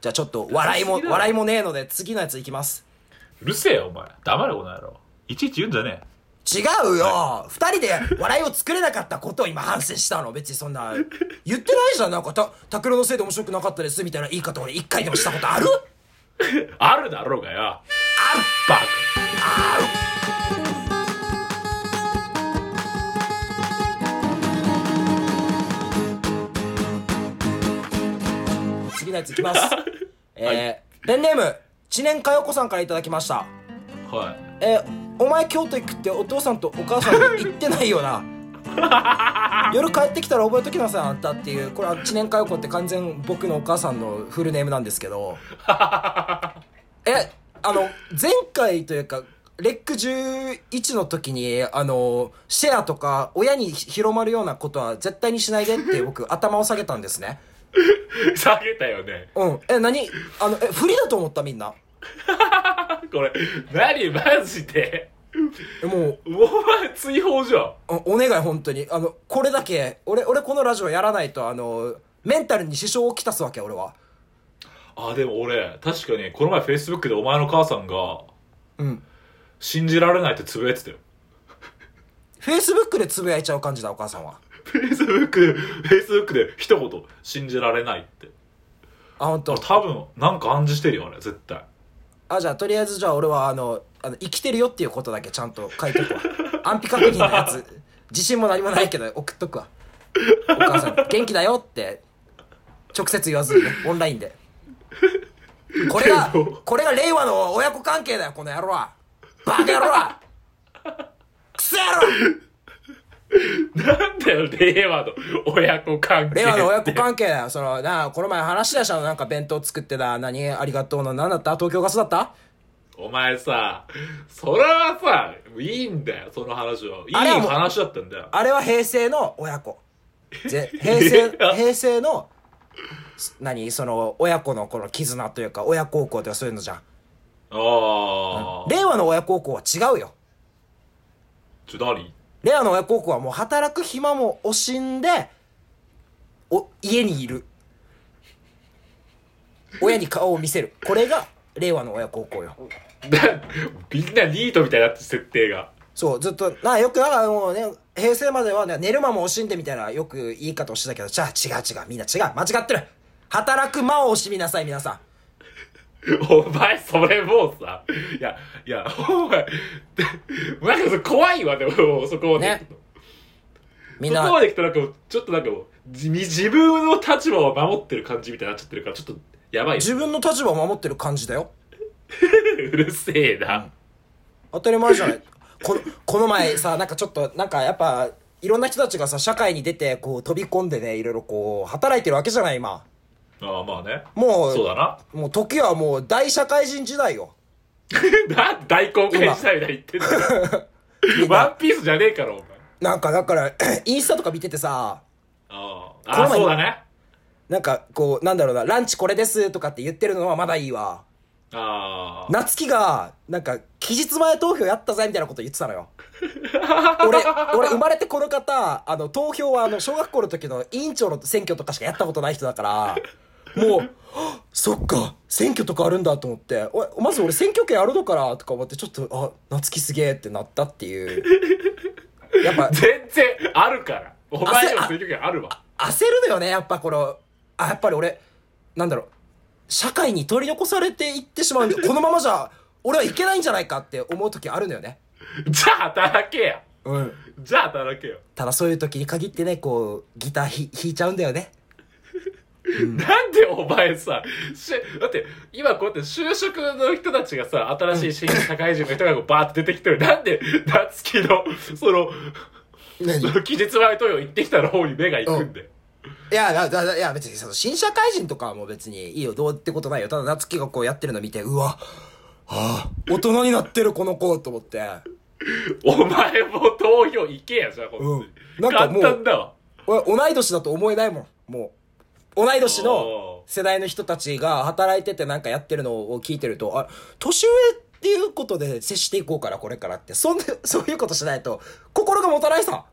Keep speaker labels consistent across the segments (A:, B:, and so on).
A: じゃあちょっと笑いも
B: うるさすぎだろ
A: 笑いもねえので次のやついきます
B: うるせえよ、お前。黙れ、この野郎。いちいち言うんじゃね
A: 違うよ二人で笑いを作れなかったことを今反省したの別にそんな言ってないじゃんなんかた拓郎のせいで面白くなかったですみたいな言い方俺一回でもしたこと ある
B: え。あるだろうがよ。
A: ある
B: バカ。
A: 次のやついき ます。えーペンネーム、知念かよこさんからいただきました。
B: はい。
A: えーお前京都行くってお父さんとお母さんに言ってないよな。夜帰ってきたら覚えときなさいあんたっていうこれは知念かよこって完全僕のお母さんのフルネームなんですけどえあの前回というかレック11の時にあのシェアとか親に広まるようなことは絶対にしないでって僕頭を下げたんですね
B: 下げたよね。
A: うんえ何あのえ不利だと思ったみんな
B: これ、何マジで。
A: えもう
B: お前、追放じゃん。
A: おお願い本当にあのこれだけ俺俺このラジオやらないとあのメンタルに支障をきたすわけ俺は
B: あ、でも俺、確かに、この前 Facebook でお前の母さんが、
A: うん
B: 信じられないってつぶやいてたよ。
A: フェイスブックでつぶやいちゃう感じだお母さんは
B: Facebook、Facebook で一言、信じられないって。
A: あ本当。
B: 多分、なんか暗示してるよ、あれ、絶対。
A: あじゃあとりあえずじゃあ俺はあのあの生きてるよっていうことだけちゃんと書いとくわ安否確認のやつ自信も何もないけど送っとくわお母さん元気だよって直接言わずにねオンラインでこれが
B: けど
A: これが令和の親子関係だよこの野郎はバカ野郎はクソ野郎
B: なんだよ、令和の親子関係。
A: 令和の親子関係だよ。その、なあ、この前話し出したの、なんか弁当作ってた、何、ありがとうの、何だった東京ガスだった
B: お前さ、それはさ、いいんだよ、その話は。いい
A: あれはもう
B: 話だったんだよ。、
A: あれは平成の親子。ぜ平成
B: いや
A: 平成の、す何、その、親子のこの絆というか、親孝行とかそういうのじゃん。
B: ああ。
A: 令和の親孝行は違うよ。
B: ちょ、何
A: 令和の親孝行はもう働く暇も惜しんで、お、家にいる。親に顔を見せる。これが、令和の親孝行よ。
B: なみんなニートみたいになって設定が。
A: そう、ずっと、なあ、よく、なんかもうね、平成まではね、寝る間も惜しんでみたいな、よく言い方をしてたけど、じゃあ違う違う、みんな違う、間違ってる働く間を惜しみなさい、皆さん。
B: お前、それもうさ、いや、いや、お前、なんかそれ怖いわ、でも、そこまで。
A: ねみん
B: そこま
A: な、
B: で来たらなんか、ちょっとなんかもう、じ自分の立場を守ってる感じみたいになっちゃってるから、ちょっと、やばいよ。
A: 自分の立場を守ってる感じだよ。
B: うるせえな。
A: 当たり前じゃない。 この、この前さ、なんかちょっと、なんかやっぱ、いろんな人たちがさ、社会に出て、こう、飛び込んでね、いろいろこう、働いてるわけじゃない、今。
B: ああ、まあね。
A: も
B: そう
A: う、
B: だな。
A: もう時はもう、大社会人時代よ。
B: なんで大公開したみたいに言ってんだよ。 ワンピースじゃねえから、お前。
A: なんか、だから、 インスタとか見ててさ、
B: ああ
A: こ
B: あ
A: の
B: あ、
A: 前
B: そうだね。
A: なんか、こう、なんだろうな、ランチこれですとかって言ってるのはまだいいわ。
B: ああ。
A: 夏希が、なんか、期日前投票やったぜみたいなこと言ってたのよ。俺、俺生まれてこの方、あの、投票はあの、小学校の時の委員長の選挙とかしかやったことない人だから、もう、 あそっか、選挙とかあるんだと思って、おまず俺選挙権あるのかなとか思って、ちょっと、あ、夏希すげえってなったっていう。やっぱ、
B: 全然あるから。お前にもそういう時あるわ。
A: 焦るのよね、やっぱこの、あ、やっぱり俺、なんだろう、社会に取り残されていってし まうんで、このままじゃ、俺はいけないんじゃないかって思う時あるのよね。
B: じゃあ働けや。
A: うん。
B: じゃあ働けよ。
A: ただそういう時に限ってね、こう、ギターひ弾いちゃうんだよね。
B: なんでお前さ、しだって今こうやって就職の人たちがさ、新しい新社会人の人がこうバーって出てきてる。なんで夏希の、その、
A: 何
B: その期日前投票行ってきた方に目が行くんだよ。
A: いや、だだだいや別にその新社会人とかはもう別にいいよ、どうってことないよ。ただ夏希がこうやってるの見て、うわ、ああ、大人になってるこの子と思って。
B: お前も投票行けや、じゃあ、ほ、んとに。
A: うんなんかもう
B: 簡単だわ。
A: 俺、同い年だと思えないもん、もう。同い年の
B: お
A: 世代の人たちが働いててなんかやってるのを聞いてると、あ、年上っていうことで接していこうから、これからって。そんな、 そういうことしないと、心が持たないさ。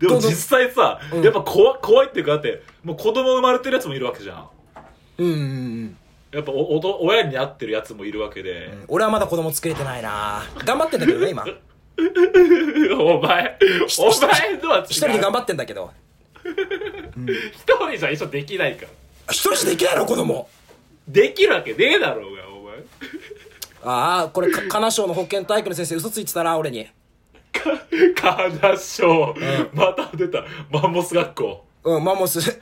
B: で
A: ど
B: も
A: うぞ
B: 実際さ、やっぱ怖怖いっていうか、だって、もう子供生まれてるやつもいるわけじゃん。
A: うんうんうん
B: やっぱおおど親になってるやつもいるわけで
A: う、ん俺はまだ子供作れてないな頑張ってんだけどね今
B: お前お前のは違う
A: 一人で頑張ってんだけど
B: 一人じゃ一緒できないから
A: 一人しかできないの子供
B: できるわけねえだろうがお前
A: ああこれか金賞の保健体育の先生嘘ついてたな俺に
B: か悲しょう、また出たマンモス学校
A: うんマンモス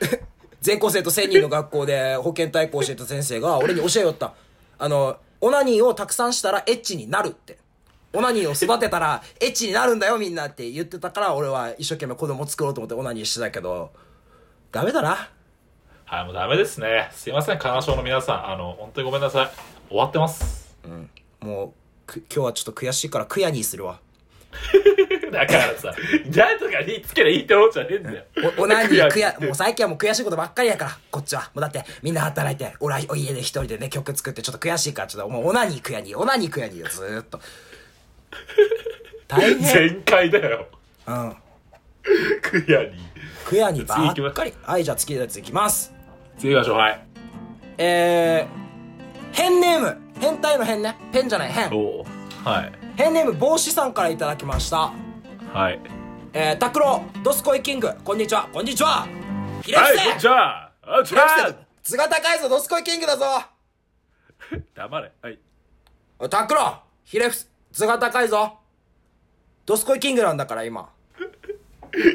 A: 全校生徒1000人の学校で保健体育を教えた先生が俺に教えよったあのオナニーをたくさんしたらエッチになるってオナニーを育てたら エッチになるんだよみんなって言ってたから俺は一生懸命子供作ろうと思ってオナニーしてたけどダメだな
B: はいもうダメですねすいません悲しょうの皆さんあの本当にごめんなさい終わってます
A: もうく今日はちょっと悔しいからクヤにするわ
B: だからさ「じゃあ」とか言いつけりゃいいって思っちゃねえんだよ
A: おオ ナニー悔や
B: 悔
A: もう最近はもう悔しいことばっかりやからこっちはもうだってみんな働いて俺はお家で一人でね曲作ってちょっと悔しいからちょっともうオナニー悔やにオナニー悔やによずーっと大変
B: 全開だよ
A: うん
B: クリアに
A: 悔やにば
B: 次行
A: っ
B: き
A: か
B: ま
A: りはいじゃあ次のやついきます
B: 次行きましょうはい
A: えー、ペンネーム変態の変ねペンじゃない変
B: おおはい
A: ペンネーム帽子さんからいただきました
B: はい
A: えー、拓郎ドスコイキングこんにちはこんにちはひれ
B: はいこんにちはあじゃあ
A: 図が高いぞドスコイキングだぞ
B: 黙れはい
A: おいタックロヒレフス図が高いぞドスコイキングなんだから今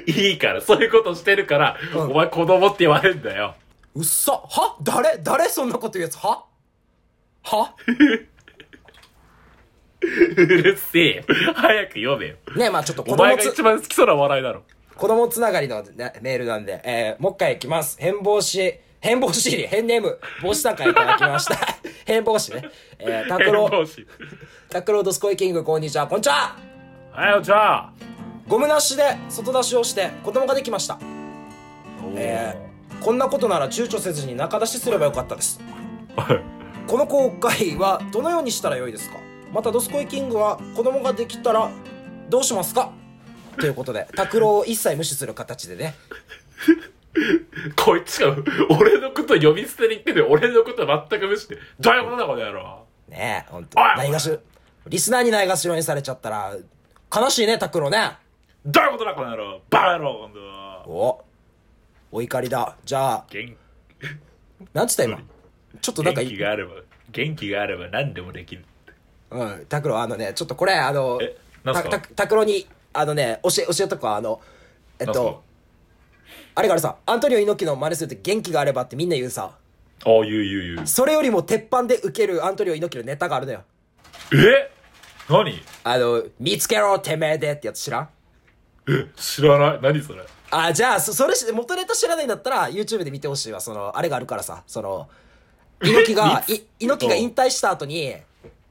B: いいからそういうことしてるから、
A: うん
B: お前子供って言われんだよ
A: うっそは誰誰そんなこと言うやつはは
B: うるせえよ早く読めよ
A: ねえまあちょっと子
B: お
A: 供
B: 前が
A: つ
B: 一番好きそうな笑いだろ
A: 子供つながりの、ね、メールなんで、えー、もう一回いきます変帽子変帽子入り変ネーム帽子さんからいただきました 変帽子ねえー、タク
B: 変
A: ロ
B: 貌師
A: タクロドスコイキングこんにちはこんにちは
B: はいお茶
A: ゴムなしで外出しをして子供ができましたえー、こんなことなら躊躇せずに仲出しすればよかったですこの公開はどのようにしたらよいですかまた「ドスコイキング」は子供ができたらどうしますかということで拓郎を一切無視する形でね
B: こいつが俺のこと呼び捨てに言ってて俺のこと全く無視してどういうことだこの野郎
A: ねえほんと
B: おい
A: ないがしろリスナーにないがしろにされちゃったら悲しいね拓郎ね
B: どういうことだこの野郎バカ野郎今度は
A: おお怒りだじゃあ
B: 元
A: なんつった今ちょっとなんか
B: 元
A: い
B: 気があれば元気があれば何でもできる
A: うん拓郎あのねちょっとこれあの
B: えなんすか
A: たた拓郎にあのね教え教えとくわあのえっ
B: なんすか
A: とあれからさアントニオ猪木の真似すると元気があればってみんな言うさ
B: ああ言う言う
A: それよりも鉄板で受けるアントニオ猪木のネタがあるのよ。
B: 言うえ何
A: あの、見つけろ、てめえでってやつ知らん
B: え知らない何それ
A: あ、じゃあ、そそれし、元ネタ知らないんだったら、YouTube で見てほしいわ。その、あれがあるからさ、その、猪木が、い猪木が引退した後に、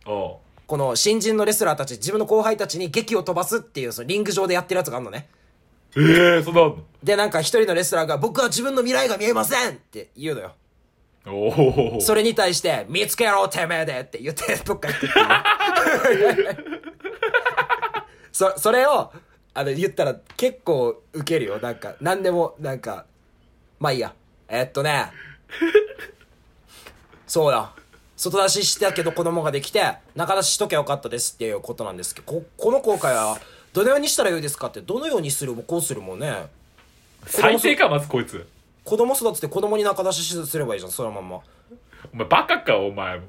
B: おう
A: この新人のレスラーたち、自分の後輩たちに劇を飛ばすっていう、そのリング上でやってるやつがあるのね。
B: ええそんなあんの
A: で、なんか一人のレスラーが、僕は自分の未来が見えませんって言うのよ。
B: おお
A: それに対して、見つけろ、てめえでって言って、どっか行ってっていうそ、それを、あの、言ったら結構ウケるよ。なんか、なんでも、なんか、まあいいや。えっとね、そうだ。外出ししてたけど子供ができて、仲出ししときゃよかったですっていうことなんですけど、こ、この後悔は、どのようにしたらよいですかって、どのようにするもこうするもね、
B: 最低かまずこいつ
A: 子供育てて子供に仲出しすればいいじゃん、そのまんま。
B: お前バカかお前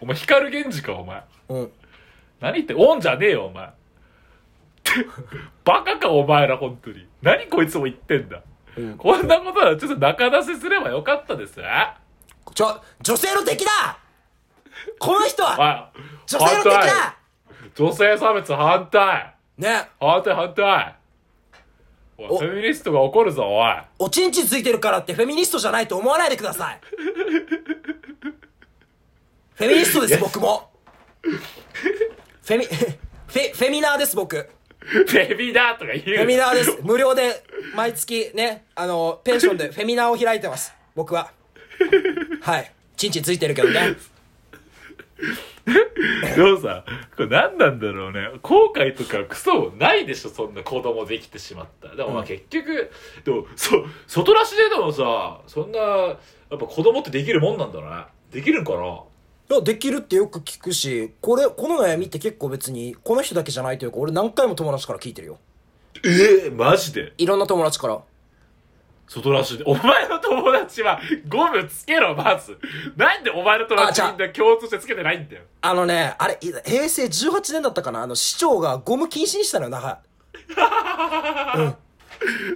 B: お前光源氏かお前
A: うん。
B: 何言ってオンじゃねえよお前バカかお前ら本当に何こいつも言ってんだ、
A: うん
B: こんなことはちょっと仲出せすればよかったですあ
A: ちょ、女性の敵だこの人は
B: 女
A: 女性の敵だ
B: 女性差別反対
A: ね、
B: 反対反対お
A: お
B: いフェミニストが怒るぞおい
A: おちんちんついてるからってフェミニストじゃないと思わないでくださいフェミニストです、僕もフェミ、フェ、フェミナーです、僕。フ
B: フェミだとか言うフ
A: ェミナーです。無料で、毎月ね、あの、ペンションでフェミナーを開いてます、僕は。はい。ちんちんついてるけどね。
B: でもさ、これ何なんだろうね。後悔とかクソもないでしょ、そんな子供できてしまった。でも
A: う
B: まあ
A: ん
B: 結局、でも、そ、外らしででもさ、そんな、やっぱ子供ってできるもんなんだね。できるんかない
A: や、できるってよく聞くし、これ、この悩みって結構別に、この人だけじゃないというか、俺何回も友達から聞いてるよ。
B: ええマジで
A: いろんな友達から。
B: 外らしで。お前の友達はゴムつけろ、まず。なんでお前の友達
A: あじゃあ
B: みんな共通してつけてないんだよ。
A: あのね、あれ、い平成18年だったかなあの、市長がゴム禁止にしたのよ、那覇。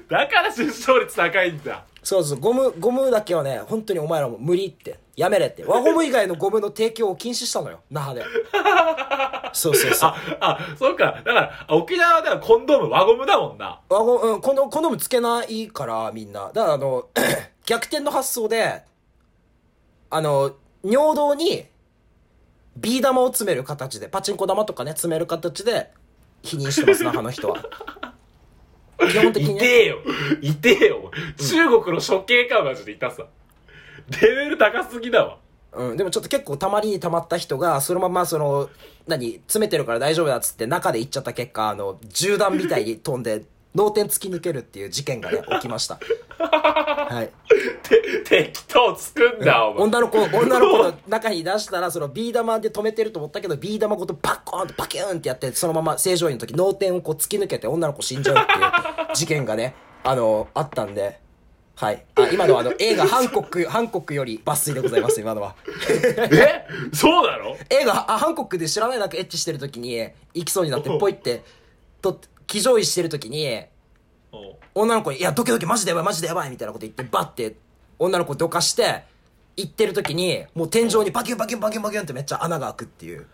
B: だから出生率高いんだ。
A: そうそう、ゴム、ゴムだけはね、本当にお前らも無理って、やめれって。輪ゴム以外のゴムの提供を禁止したのよ、那覇 で。そうそうそう。
B: あ、あ、そうか。だから、あ沖縄ではコンドーム輪ゴムだもんな。
A: 輪ゴム、うん、コンドコンドームつけないから、みんな。だからあの、 逆転の発想で、あの、尿道に、ビー玉を詰める形で、パチンコ玉とかね、詰める形で、否認してます、那覇の人は。基本的に
B: い
A: ね。
B: てえよ。いてえよ。中国の処刑官マジでいたさ。レベル高すぎだわ。
A: うん、でもちょっと結構たまりにたまった人が、そのままその、何、詰めてるから大丈夫だっつって中で行っちゃった結果、あの、銃弾みたいに飛んで、脳天突き抜けるっていう事件がね、起きました。はい。
B: て、適当作んな、お前。
A: 女の子、女の子の中に出したら、そのビー玉で止めてると思ったけど、ビー玉ごとパッコーンとパキューンってやって、そのまま正常位の時、脳天をこう突き抜けて女の子死んじゃうっていう事件がね、あの、あったんで、はい。あ、今のはあの、映画、ハンコック、ハンコックより抜粋でございます、今のは。
B: えそうなの
A: 映画あハンコックで知らない中エッチしてる時に行きそうになってポイってと騎乗位してる時に
B: おう
A: 女の子に「いやドキドキマジでやばいマジでやばい」みたいなこと言ってバッて女の子どかして行ってる時にもう天井にバキュンバキュンバキュンバキュンってめっちゃ穴が開くって いう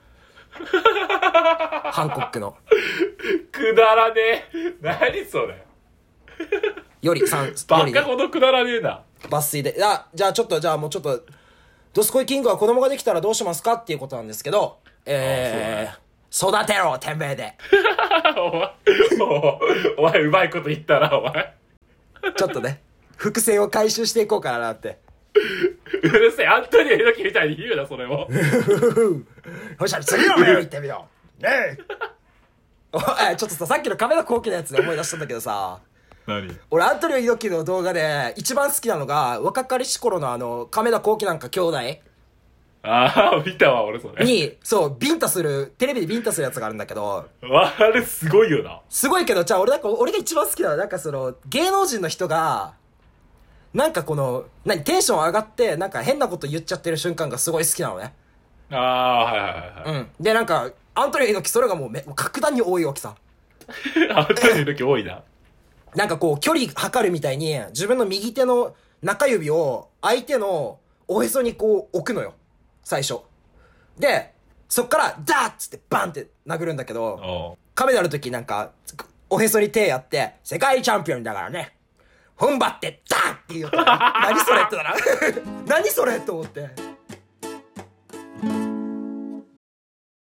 A: ハンコックの
B: くだらねえ。何それ。
A: より3よ
B: バ
A: りね
B: カほどくだらねえな。
A: 抜粋であじゃあちょっとじゃあもうちょっと「ドスコイキングは子供ができたらどうしますか?」っていうことなんですけどえー、育てろてめえで
B: お前、お前、うまいこと言ったな、お前。
A: ちょっとね、伏線を回収していこうかなって。
B: うるせえ、アントニオ猪木みたいに言うな、それ
A: よ
B: を。
A: っしゃ、次の メール行ってみよう。ねえ。おいちょっとさ、さっきの亀田光輝のやつで思い出したんだけどさ、
B: 何
A: 俺、アントニオ猪木の動画で一番好きなのが、若かりし頃のあの、亀田光輝なんか兄弟
B: ああ、見たわ、俺それ。
A: に、そう、ビンタする、テレビでビンタするやつがあるんだけど、
B: わあれすごいよな。
A: すごいけど、じゃあ俺なんか、俺が一番好きなのは、なんかその、芸能人の人が、なんかこの、何、テンション上がって、なんか変なこと言っちゃってる瞬間がすごい好きなのね。
B: ああー、はいはいはいは
A: うん。で、なんか、アントニオ猪木、それがもうめ、もう格段に多いわけさ。
B: い。アントニオ猪木多いな。
A: なんかこう、距離測るみたいに、自分の右手の中指を、相手のおへそにこう、置くのよ。最初。で、そっから、ダーッつって、バンって殴るんだけど、
B: おう
A: カメラの時なんか、おへそに手やって、世界チャンピオンだから ね。踏ん張って、ダーッって言うから、何それってなら。何それと思って。